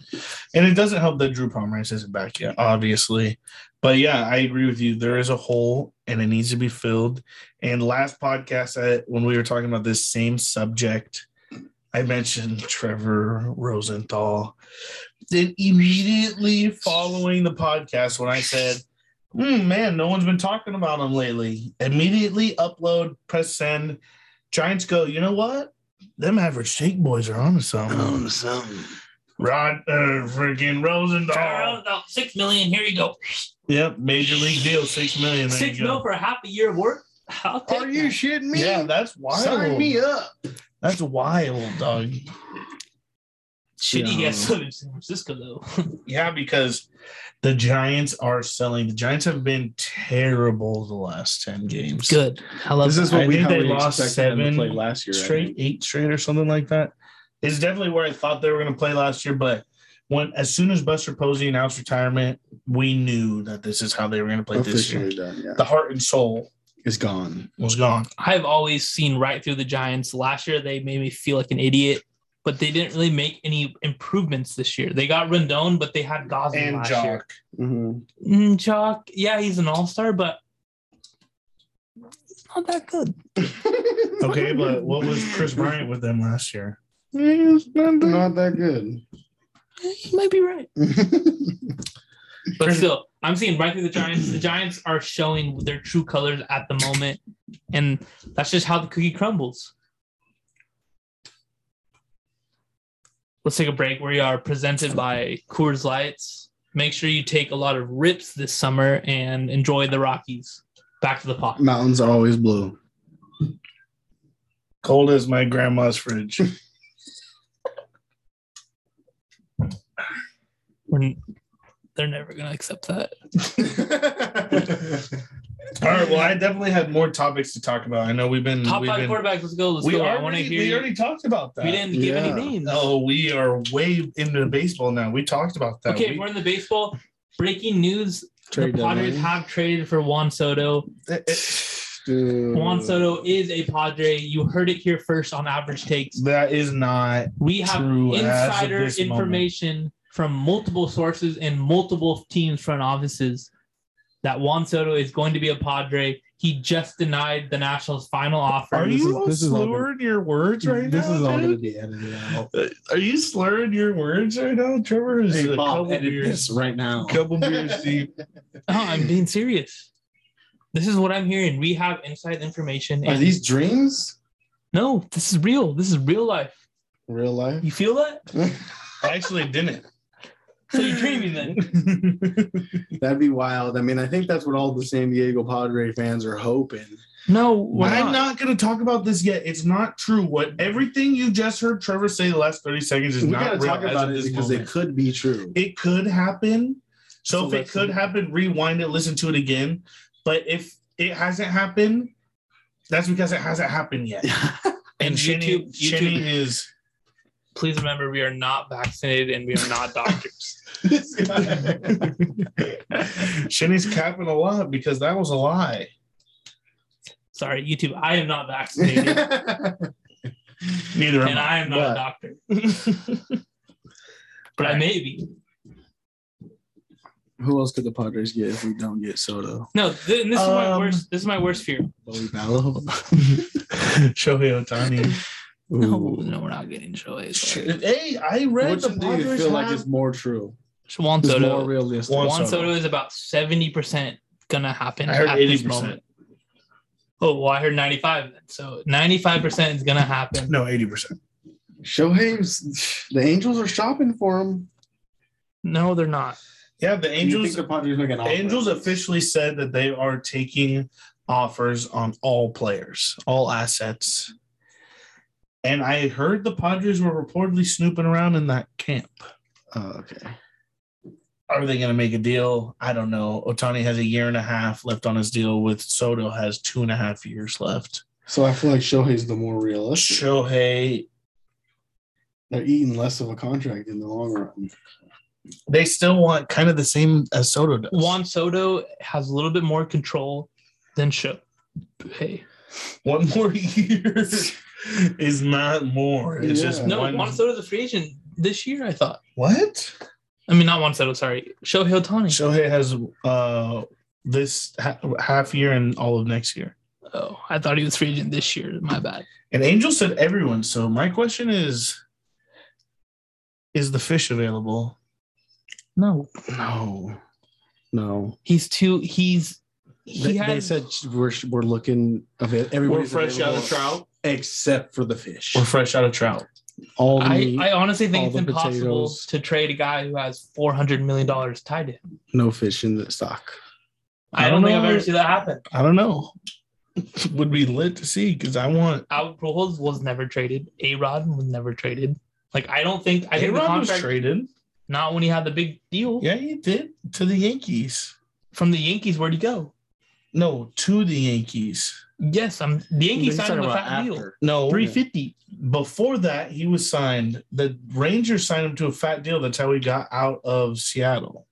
A: And it doesn't help that Drew Pomeranz isn't back yet, obviously. But yeah, I agree with you. There is a hole and it needs to be filled. And last podcast, I, when we were talking about this same subject, I mentioned Trevor Rosenthal. Then immediately following the podcast, when I said, "Hmm, man, no one's been talking about him lately, immediately upload, press send. Giants go, you know what? Them average shake boys are on to something.
B: Oh,
A: Rod, uh, freaking Rosendahl.
C: About six million. Here you go.
A: Yep, major league deal, six million. There
C: Six
A: you
C: mil
A: go.
C: for a half a year of work. I'll take
B: Are you
C: that.
B: shitting me?
A: Yeah, that's wild.
B: Sign me up.
A: That's wild, dog.
C: Should he
B: Yeah.
C: get some E in San Francisco though?
A: Yeah, because the Giants are selling. The Giants have been terrible the last ten games.
C: Good. I love
B: This is
C: that.
A: I
B: what we
A: think
B: how
A: they
B: we
A: lost
B: expected them
A: seven
B: to play last year. I
A: straight,
B: think.
A: eight straight, or something like that. It's definitely where I thought they were going to play last year. But when as soon as Buster Posey announced retirement, we knew that this is how they were going to play this year.
B: Officially done. Yeah,
A: The heart and soul
B: it's gone.
A: was gone.
C: I've always seen right through the Giants. Last year they made me feel like an idiot, but they didn't really make any improvements this year. They got Rendon, but they had Gosman
A: And
C: last year.
A: Jock.
B: Mm-hmm.
C: Mm, Jock, yeah, he's an all star, but he's not that good.
A: Okay, but what was Chris Bryant with them last year? Eh, it's not that-
B: Not that good.
C: You might be right. But still, I'm seeing right through the Giants. The Giants are showing their true colors at the moment, and that's just how the cookie crumbles. Let's take a break. We are presented by Coors Lights. Make sure you take a lot of rips this summer and enjoy the Rockies. Back to the pot.
B: Mountains are always blue.
A: Cold as my grandma's fridge.
C: We're, they're never gonna accept that.
A: All right. Well, I definitely had more topics to talk about. I know we've been
C: Top
A: we've
C: five
A: been-
C: quarterbacks. Let's go. Let's
A: we
C: go. I want to
A: already,
C: hear.
A: we
C: you-
A: already talked about that.
C: we didn't give
B: Yeah.
C: any names.
A: Oh, we are way into baseball now. We talked about that.
C: okay,
A: We-
C: we're in the baseball. Breaking news:
B: Trade
C: the Padres
B: deadline.
C: have traded for Juan Soto.
A: it- it-
B: Dude.
C: Juan Soto is a Padre. You heard it here first on Average Takes.
A: that is not
C: We have
A: True as of
C: insider
A: this moment.
C: information from multiple sources and multiple teams' front offices that Juan Soto is going to be a Padre. He just denied the Nationals' final offer.
A: Are
B: This is-
A: you
B: this is all good.
A: slurring your words right
B: this
A: now?
B: is all going to
A: dude?
B: be edited out.
A: Uh, Are you slurring your words right now? Trevor is a couple beers,
B: this right now.
A: couple beers deep.
C: No, I'm being serious. This is what I'm hearing. We have inside information.
B: Are
C: And
B: these dreams?
C: no, this is real. This is real life.
B: Real life?
C: You feel that?
A: I actually didn't.
C: So you're dreaming then.
B: That'd be wild. I mean, I think that's what all the San Diego Padre fans are hoping.
C: No, we're
A: I'm
C: not.
A: not going to talk about this yet. It's not true. What everything you just heard Trevor say the last 30 seconds is
B: we
A: not
B: gotta
A: real.
B: talk
A: as
B: about
A: of
B: it
A: this
B: because it
A: moment.
B: could be true.
A: it could happen. So
B: So
A: if it
B: let's-
A: could happen, rewind it, listen to it again. But if it hasn't happened, that's because it hasn't happened yet. And
C: And
A: Shinny,
C: YouTube-
A: Shinny
C: YouTube-
A: is
C: Please remember, we are not vaccinated and we are not doctors.
B: This guy.
A: Shinny's capping a lot because that was a lie.
C: Sorry, YouTube, I am not vaccinated
A: Neither
C: and I am not
B: But-
C: a doctor, but I may be.
B: Who else could the Padres get if we don't get Soto?
C: No, th- this is my
A: Um,
C: worst. This is my worst fear.
B: Bowie Ballo?
A: Shohei Otani.
C: No,
B: Ooh.
C: no, we're not getting Shohei. Sorry.
A: hey, I read
B: Which
A: the
B: one do you
A: Padres
B: feel
A: have-
B: like is more true?
C: Juan
B: Is more
C: Soto.
B: realistic?
A: Juan
C: Juan
A: Soto.
C: Soto is about seventy percent gonna happen
A: I heard
C: at this
A: 80%.
C: moment. Oh well, I heard ninety-five. Then. So ninety-five percent is gonna happen.
A: No, 80%.
B: Shohei's the Angels are shopping for him.
C: No, they're not.
A: Yeah, the Angels
B: the Padres make an offer?
A: Angels officially said that they are taking offers on all players, all assets. And I heard the Padres were reportedly snooping around in that camp.
B: Oh, okay.
A: Are they going to make a deal? I don't know. Otani has a year and a half left on his deal, with Soto has two and a half years left.
B: So I feel like Shohei's the more realistic.
A: Shohei,
B: They're eating less of a contract in the long run.
A: they still want kind of the same as Soto does.
C: Juan Soto has a little bit more control than Show. Hey,
A: one more year is not more. It's
B: Yeah.
A: just
C: no,
A: one.
C: Juan Soto's a free agent this year. I thought.
A: what?
C: I mean, not Juan Soto. Sorry, Shohei Otani.
A: Shohei has uh, this ha- half year and all of next year.
C: oh, I thought he was free agent this year. My bad.
A: And Angel said everyone. So my question is, is the fish available?
C: No,
B: No, no.
C: he's too. He's
B: they,
C: he
B: they
C: has.
B: said we're we're looking of it.
A: We're
B: Everybody's
A: fresh out of
B: available
A: trout.
B: except for the fish.
A: We're fresh out of trout.
B: All the
C: I,
B: meat,
C: I honestly think
B: all
C: it's
B: the
C: impossible
B: potatoes.
C: to trade a guy who has four hundred million dollars tied to him.
B: no fish in the stock.
C: I,
A: I
C: don't
A: don't
C: think I've
A: know.
C: ever seen that happen.
A: I don't know. Would be lit to see because I want.
C: Albert Pujols was never traded. A Rod was never traded. Like I don't think I
A: I
C: think the
A: was
C: contract
A: traded.
C: not when he had the big deal
A: Yeah, he did to the Yankees.
C: from the Yankees. Where'd he go?
A: No, to the Yankees.
C: Yes, I'm the Yankees signed him with that deal.
A: No,
C: Three fifty.
A: before that he was signed. The Rangers signed him to a fat deal. That's how he got out of Seattle.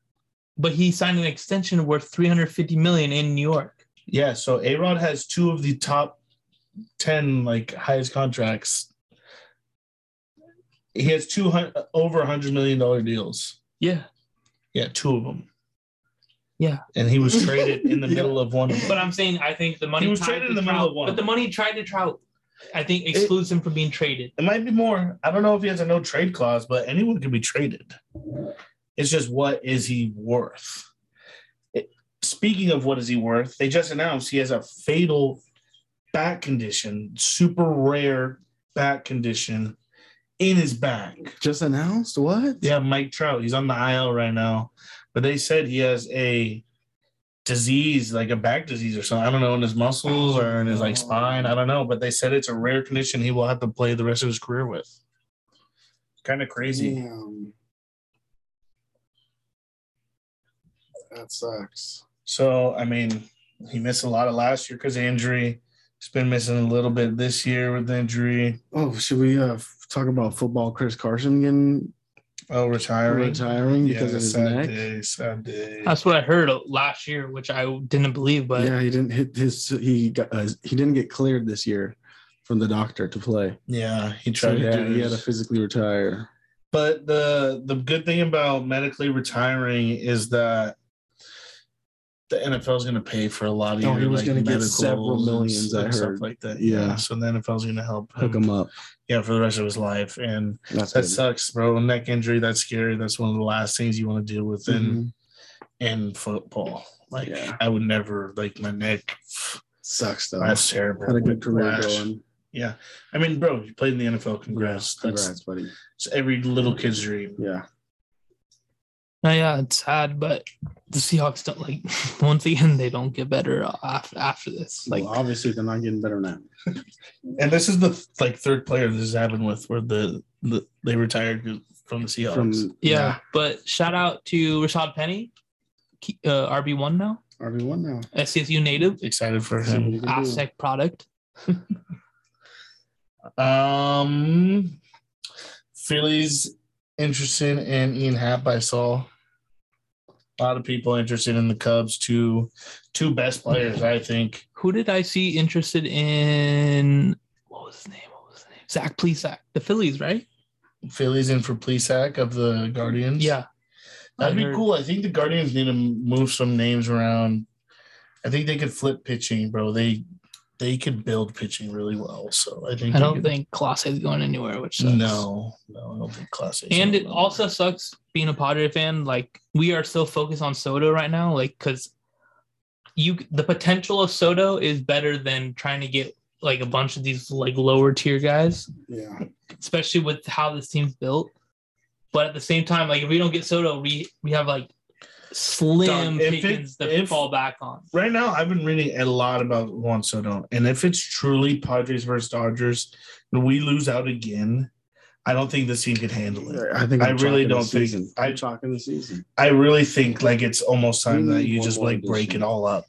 C: But he signed an extension worth three hundred fifty million in New York.
A: Yeah, so Arod has two of the top ten like highest contracts. He has two hundred over a hundred million dollar deals.
C: Yeah.
A: Yeah, two of them.
C: Yeah.
A: and he was traded in the
B: Yeah.
A: middle of one of them.
C: But I'm saying I think the money
A: He was
C: tied
A: traded
C: to
A: in the middle
C: Trout-
A: of one.
C: But the money tried to Trout. I think excludes him from being traded.
A: It might be more. I don't know if he has a no trade clause, but anyone can be traded. It's just what is he worth? It- speaking of what is he worth, they just announced he has a fatal back condition, super rare back condition in his back.
B: Just announced what?
A: Yeah, Mike Trout. He's on the IL right now, but they said he has a disease, like a back disease or something. I don't know in his muscles or in his like spine. I don't know, but they said it's a rare condition he will have to play the rest of his career with. Kind of crazy.
B: Damn. That sucks.
A: So I mean, he missed a lot of last year because injury. He's been missing a little bit this year with injury.
B: Oh, should we uh, f- talk about football? Chris Carson getting
A: Oh, retiring.
B: retiring because of his
A: sad
B: neck.
A: Day, sad day.
C: That's what I heard uh, last year, which I didn't believe, but
B: yeah, he didn't hit his. He got uh, he didn't get cleared this year from the doctor to play.
A: Yeah, he
B: So
A: tried
B: he
A: to do
B: had, he
A: his-
B: had to physically retire.
A: But the the good thing about medically retiring is that the NFL is going to pay for a lot of
B: Oh,
A: your
B: he was
A: like,
B: gonna get
A: medicals
B: several
A: and
B: millions, I
A: and stuff
B: heard.
A: like that.
B: Yeah.
A: So the NFL is going to help
B: Hook
A: him,
B: him up.
A: yeah, for the rest of his life. And
B: That's,
A: that
B: good.
A: sucks, bro. Neck injury, that's scary. That's one of the last things you want to deal with in
B: Mhm.
A: in football. Like
B: Yeah.
A: I would never like my neck.
B: Sucks though.
A: That's terrible.
B: had a good career
A: Whiplash.
B: going.
A: Yeah, I mean, bro, you played in the NFL. Congrats. That's
B: Congrats, buddy.
A: it's every little kid's dream.
B: Yeah.
C: No, uh, yeah, it's sad, but the Seahawks don't like. Once again, they don't get better after, after this.
B: Like
C: Like,
B: well, obviously they're not getting better now.
A: And this is the like third player this has happened with, where the, the they retired from the Seahawks.
B: From
C: yeah, But shout out to Rashad Penny, K- uh, RB one now,
B: RB one now.
C: SCSU native,
A: Excited for
B: See what
A: him.
B: he can do.
C: AFSEC product.
A: Um, Phillies interested in Ian Happ. I saw a lot of people interested in the Cubs. Two two best players, I think.
C: Who did I see interested in? What was his name? What was his name? Zach Plesac, the Phillies, right?
A: Phillies in for Plesac of the Guardians.
C: Yeah,
A: that'd
C: I
A: be
C: heard-
A: cool. I think the Guardians need to move some names around. I think they could flip pitching, bro. They they could build pitching really well. So I think
C: I
A: they
C: don't
A: could-
C: think Class is going anywhere, which sucks.
A: No, no, I don't think Class A's
C: And
A: are
C: it
A: allowed.
C: also sucks being a Padre fan. Like we are so focused on Soto right now, like because you the potential of Soto is better than trying to get like a bunch of these like lower tier guys,
B: Yeah.
C: especially with how this team's built. But at the same time, like if we don't get Soto, we we have like slim
A: Dog, if it-
C: pickings to
A: if-
C: fall back on.
A: right now, I've been reading a lot about Juan Soto, and if it's truly Padres versus Dodgers, and we lose out again, I don't think this team can handle it.
B: I think
A: I
B: I'm
A: really
B: chalking
A: don't
B: the
A: think-
B: season.
A: I-
B: I'm chalking the season.
A: I really think like it's almost time that you
B: Mm,
A: just
B: one more
A: like break
B: addition.
A: it all up.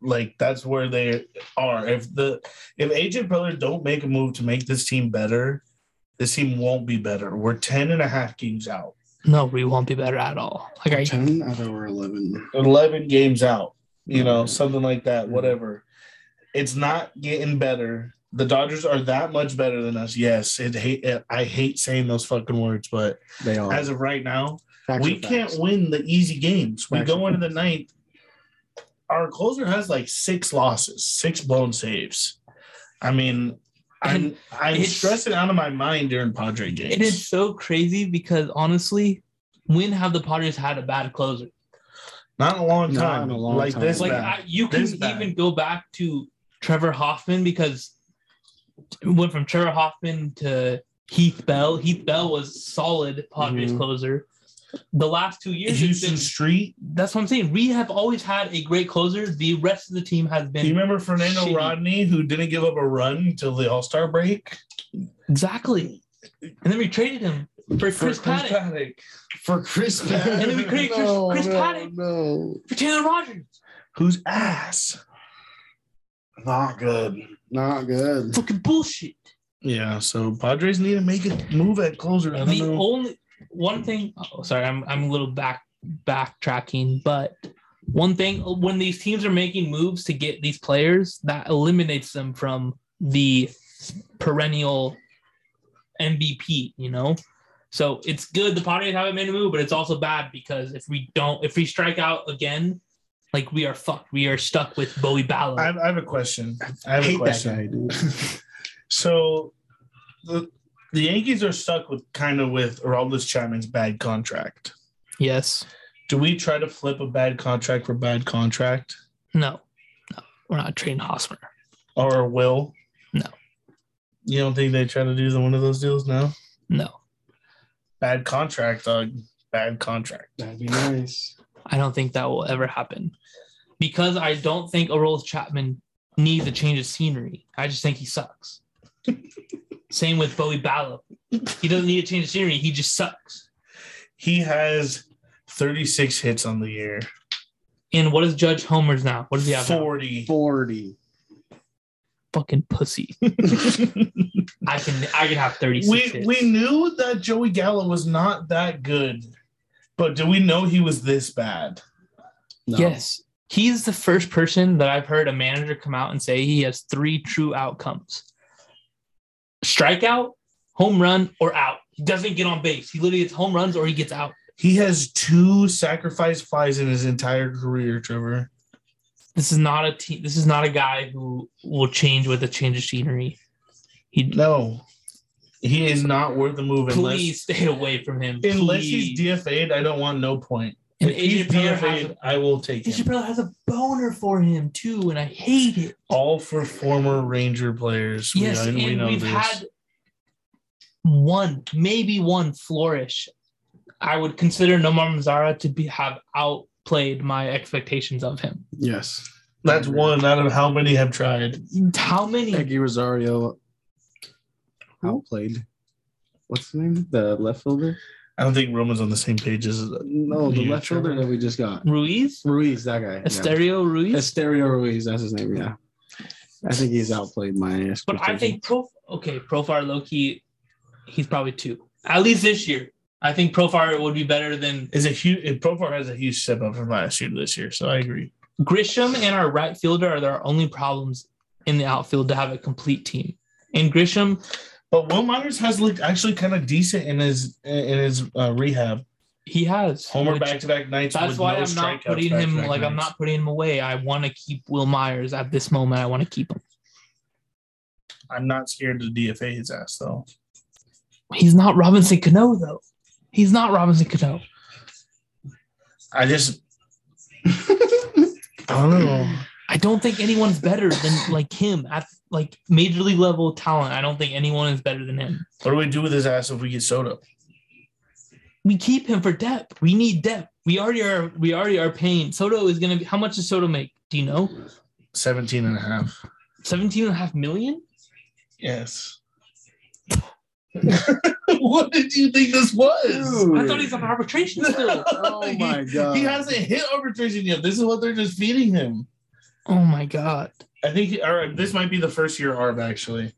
A: Like that's where they are. If the if AJ Preller don't make a move to make this team better, this team won't be better. We're 10 and a half games out.
C: No, we won't be better at all. Like I,
B: Ten out of our eleven.
A: 11 games out, you know,
B: Mm-hmm.
A: something like that, whatever. It's not getting better. The Dodgers are that much better than us. Yes, it hate, I hate saying those fucking words, but
B: They are.
A: as of right now,
B: Oh. Facts
A: we
B: are
A: can't
B: facts.
A: win the easy games. We
B: Facts
A: go
B: are
A: into the ninth. Our closer has like six losses, six blown saves. I mean, I'm,
C: And
A: I'm
C: it's-
A: stressing out of my mind during Padre games.
C: it is so crazy because honestly, when have the Padres had a bad closer?
A: not in a long
B: Not
A: time.
B: in a long
A: like
B: time.
A: this,
C: like
A: bad.
C: I, you
A: This
C: can
A: bad.
C: even go back to Trevor Hoffman because it went from Trevor Hoffman to Heath Bell. Heath Bell was solid Padres
B: Mhm.
C: closer. The last two years, it's
A: Houston
C: been,
A: Street.
C: that's what I'm saying. We have always had a great closer. The rest of the team has
A: Do you
C: been
A: remember Fernando
C: Shitty.
A: Rodney, who didn't give up a run until the All Star break?
C: exactly. And then we traded him for Chris Paddock,
B: for Chris Paddock.
C: And then we create Chris- Chris Paddock.
B: No,
C: for Taylor Rogers.
A: whose ass?
B: not good. Not good.
C: Fucking bullshit.
A: Yeah, so Padres need to make a move at closer. I don't
C: the
A: know.
C: only one thing oh, sorry i'm i'm a little back backtracking but one thing when these teams are making moves to get these players that eliminates them from the perennial mvp you know so it's good the Padres haven't made a move, but it's also bad because if we don't, if we strike out again, like we are fucked. We are stuck with Bowie Ballard.
A: I have, I have a question. I have a
B: hate
A: question.
B: that guy, dude.
A: So the the Yankees are stuck with kind of with Aroldis Chapman's bad contract.
C: Yes.
A: Do we try to flip a bad contract for bad contract
C: No. No. We're not trading Hosmer.
A: or will?
C: No.
A: You don't think they try to do the, one of those deals now?
C: No.
A: Bad contract, dog. Bad contract.
B: That'd be nice.
C: I don't think that will ever happen. Because I don't think Aroldis Chapman needs a change of scenery. I just think he sucks. Same with Bowie Ballop. He doesn't need a change of scenery. He just sucks.
A: He has 36 hits on the year.
C: And what is Judge Homer's now? What does he have? now?
A: 40.
B: Forty.
C: Fucking pussy. I can I can have thirty six.
A: we, we knew that Joey Gallo was not that good, but do we know he was this bad?
B: No.
C: Yes. He's the first person that I've heard a manager come out and say he has three true outcomes strikeout, home run, or out. He doesn't get on base. He literally gets home runs or he gets out.
A: He has two sacrifice flies in his entire career, Trevor.
C: This is not a team. This is not a guy who will change with a change of scenery. He
A: No, he is not worth the move unless,
C: please stay away from him.
A: unless
C: please.
A: he's DFA'd. I don't want no point.
C: And
A: If he's
C: Adrian Peller has
A: DFA'd,
C: a-
A: I will take
C: Adrian
A: him.
C: Peller has a boner for him too, and I hate it.
A: All for former Ranger players. We
C: Yes,
A: know- we
C: and
A: know
C: we've
A: this.
C: had one, maybe one flourish. I would consider Nomar Mazara to be have outplayed my expectations of him.
B: Yes.
A: That's one out of how many have tried.
C: How many?
B: Eggy Rosario outplayed. What's the name? The left fielder?
A: I don't think Roman's on the same page as
B: No, the
A: You
B: left
A: sure?
B: fielder that we just got.
C: Ruiz?
B: Ruiz, that guy. yeah.
C: Estereo Ruiz?
B: Estereo Ruiz, that's his name, yeah. I think he's outplayed my
C: But I think Prof okay, Profar Loki, he's probably two. At least this year. I think Profar would be better than
A: is a huge Profar has a huge step up from last year to this year, so I agree.
C: Grisham and our right fielder are our only problems in the outfield to have a complete team. And Grisham
A: But Will Myers has looked actually kind of decent in his in his uh, rehab.
C: He has
A: Homer
C: which-
A: back to back nights.
C: That's
A: with
C: why
A: no
C: I'm not
A: strikeouts
C: putting him
A: back-to-back
C: like I'm
A: nights.
C: not putting him away. I want to keep Will Myers at this moment. I want to keep him.
A: I'm not scared to DFA his ass though.
C: He's not Robinson Cano though. He's not Robinson Cano.
A: I just I don't know.
C: I don't think anyone's better than like him at like major league level talent. I don't think anyone is better than him.
A: What do we do with his ass if we get Soto?
C: We keep him for depth. We need depth. We already are. We already are paying. Soto is gonna be. How much does Soto make? Do you know?
A: 17 and a half.
C: 17 and a half million?
A: Yes. what did you think this was?
C: I thought he's on arbitration still.
B: Oh my god.
A: He hasn't hit arbitration yet. This is what they're just feeding him.
C: oh my god.
A: I think all right, this might be the first year ARB actually.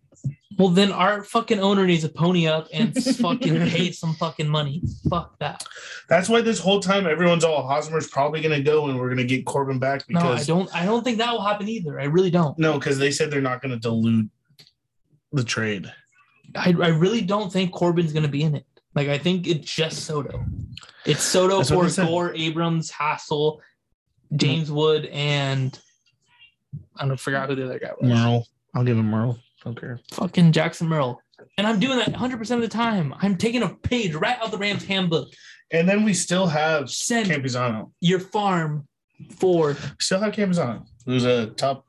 C: Well, then our fucking owner needs to pony up and fucking pay some fucking money. Fuck that.
A: That's why this whole time everyone's all Hosmer's probably gonna go and we're gonna get Corbin back
C: No, I
A: because
C: don't. I don't think that will happen either. I really don't.
A: no, because they said they're not gonna dilute the trade.
C: I, I really don't think Corbin's gonna be in it. Like I think it's just Soto. It's Soto
A: That's what
C: for
A: they said.
C: Gore, Abrams, Hassel, James Wood, and I don't forgot who the other guy was.
A: Merle. I'll give him Merle. Don't care.
C: Fucking Jackson Merle. And I'm doing that 100% of the time. I'm taking a page right out the Rams handbook.
A: And then we still have
C: Send
A: Campuzano.
C: your farm for
A: Still have Campuzano, who's a top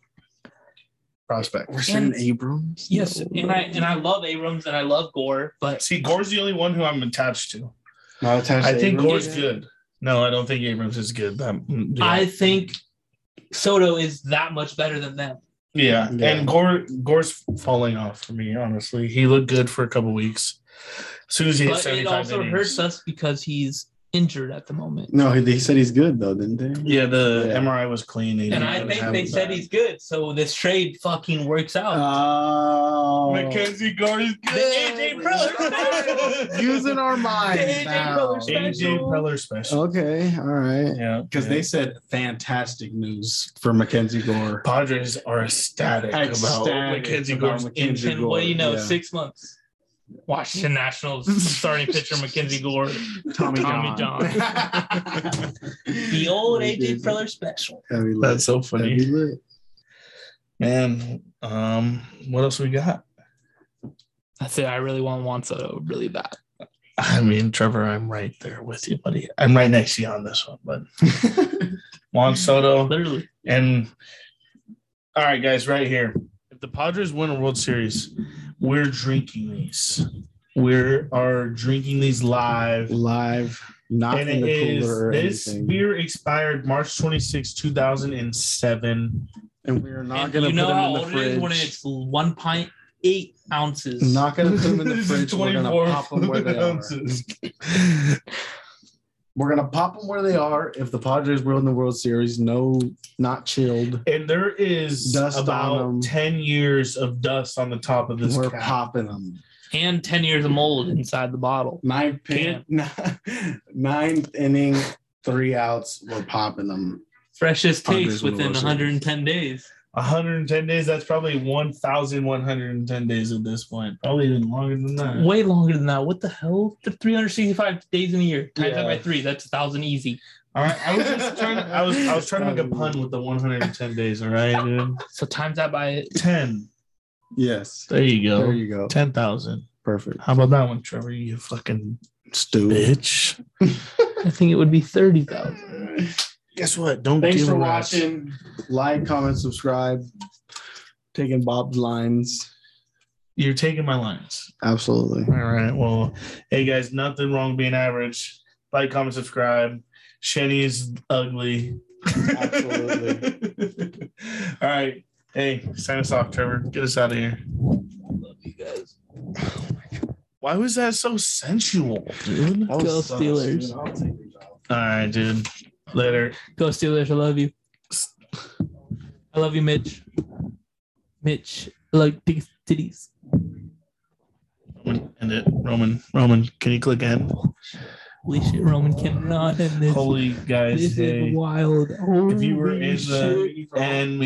A: prospect.
B: We're sending Abrams?
C: Yes,
B: No,
C: and
B: no.
C: I and I love Abrams and I love Gore, but
A: See, Gore's the only one who I'm attached to.
B: Not attached
A: I
B: to
A: think
B: Abrams?
A: Gore's good. No, I don't think Abrams is good. Um, yeah.
C: I think Soto is that much better than them.
A: Yeah,
B: Yeah.
A: and Gore Gore's falling off for me. Honestly, he looked good for a couple weeks. As soon as he hit
C: But it
A: seventy five
C: also hurts
A: innings,
C: us because he's injured at the moment.
B: No, he, he said he's good though, didn't they?
A: yeah, the
B: Yeah.
A: MRI was clean. They
C: And
A: didn't
C: I
A: really
C: think
A: have
C: they
A: it
C: said
A: bad.
C: he's good, so this trade fucking works
B: Uh,
C: out.
B: Oh.
A: Mackenzie Gore is
C: The AJ Preller
A: good.
B: Using our minds.
C: The AJ
B: now.
C: Preller
A: AJ Preller special.
B: Okay, all right.
A: Yeah,
B: Because Oh. they said fantastic news for Mackenzie Gore.
A: Padres are ecstatic, about
B: Ecstatic
A: Mackenzie
B: about
A: Gore's
B: Mackenzie.
A: injury.
C: and what do you know,
B: yeah.
C: six months. Washington Nationals starting pitcher Mackenzie Gore,
B: Tommy,
C: Tommy
B: John.
C: the old AJ Preller special.
B: That'd be lit.
A: That's so
B: That'd be
A: funny,
B: lit.
A: man. Um, what else we got?
C: That's it. I really want Juan Soto really bad.
A: I mean, Trevor, I'm right there with you, buddy. I'm right next to you on this one, but Juan Soto
C: Literally.
A: and all right, guys, right here. If the Padres win a World Series, we're drinking these. We are drinking these live.
B: Live, not
A: and
B: in
A: it
B: the
A: is
B: cooler or
A: this
B: anything.
A: beer expired March 26, 2007.
B: and we're not
C: And
B: gonna
C: you
B: put
C: know
B: them
C: how
B: in the
C: old it is when
B: fridge.
C: it's one pint eight ounces.
B: Not gonna put them in the
A: This is
B: fridge. We're gonna
A: 24
B: pop them where they are.
A: ounces.
B: We're gonna pop them where they are. If the Padres were in the World Series, no, not chilled.
A: And there is
B: Dust on them.
A: about 10 years of dust on the top of this
B: we're
A: cap.
B: popping them.
C: and ten years of mold inside the bottle.
B: Nine pin, ninth inning, three outs. We're popping them.
C: Freshest
B: Padres
C: taste
B: win the
C: within
B: World Series.
C: 110 days.
A: 110 days. That's probably 1,110 days at this point. Probably even longer than that.
C: Way longer than that. What the hell? The 365 days in a year. Times that by
A: Yeah.
C: three. That's a thousand easy.
A: All right, I was just trying. To, I was I was trying to make a pun with the 110 days. All right, dude.
C: So times that by
A: Ten.
B: Yes.
A: There you go.
B: There you go.
A: Ten thousand.
B: Perfect.
A: How about that one, Trevor? You fucking
B: Stu.
A: bitch.
C: I think it would be 30,000.
A: Guess what? Don't.
B: Thanks
A: give
B: for
A: a rat's-
B: watching. Like, comment, subscribe. Taking Bob's lines.
A: You're taking my lines.
B: Absolutely.
A: All right. Well, hey guys, nothing wrong being average. Like, comment, subscribe. Shenny is ugly.
B: Absolutely.
A: All right. Hey, sign us off, Trevor. Get us out of here.
C: Love you guys.
A: Why was that so sensual, dude? All
C: Go Steelers.
A: right, dude. Later.
C: Go Steelers. I love you. I love you, Mitch. Mitch. I like big titties.
A: Roman, end it. Roman, Roman, can you click end?
C: Holy shit, Roman cannot end this.
A: Holy guys,
C: this
A: hey.
C: is wild.
A: if you were
C: Holy
A: in
C: shit.
A: the and we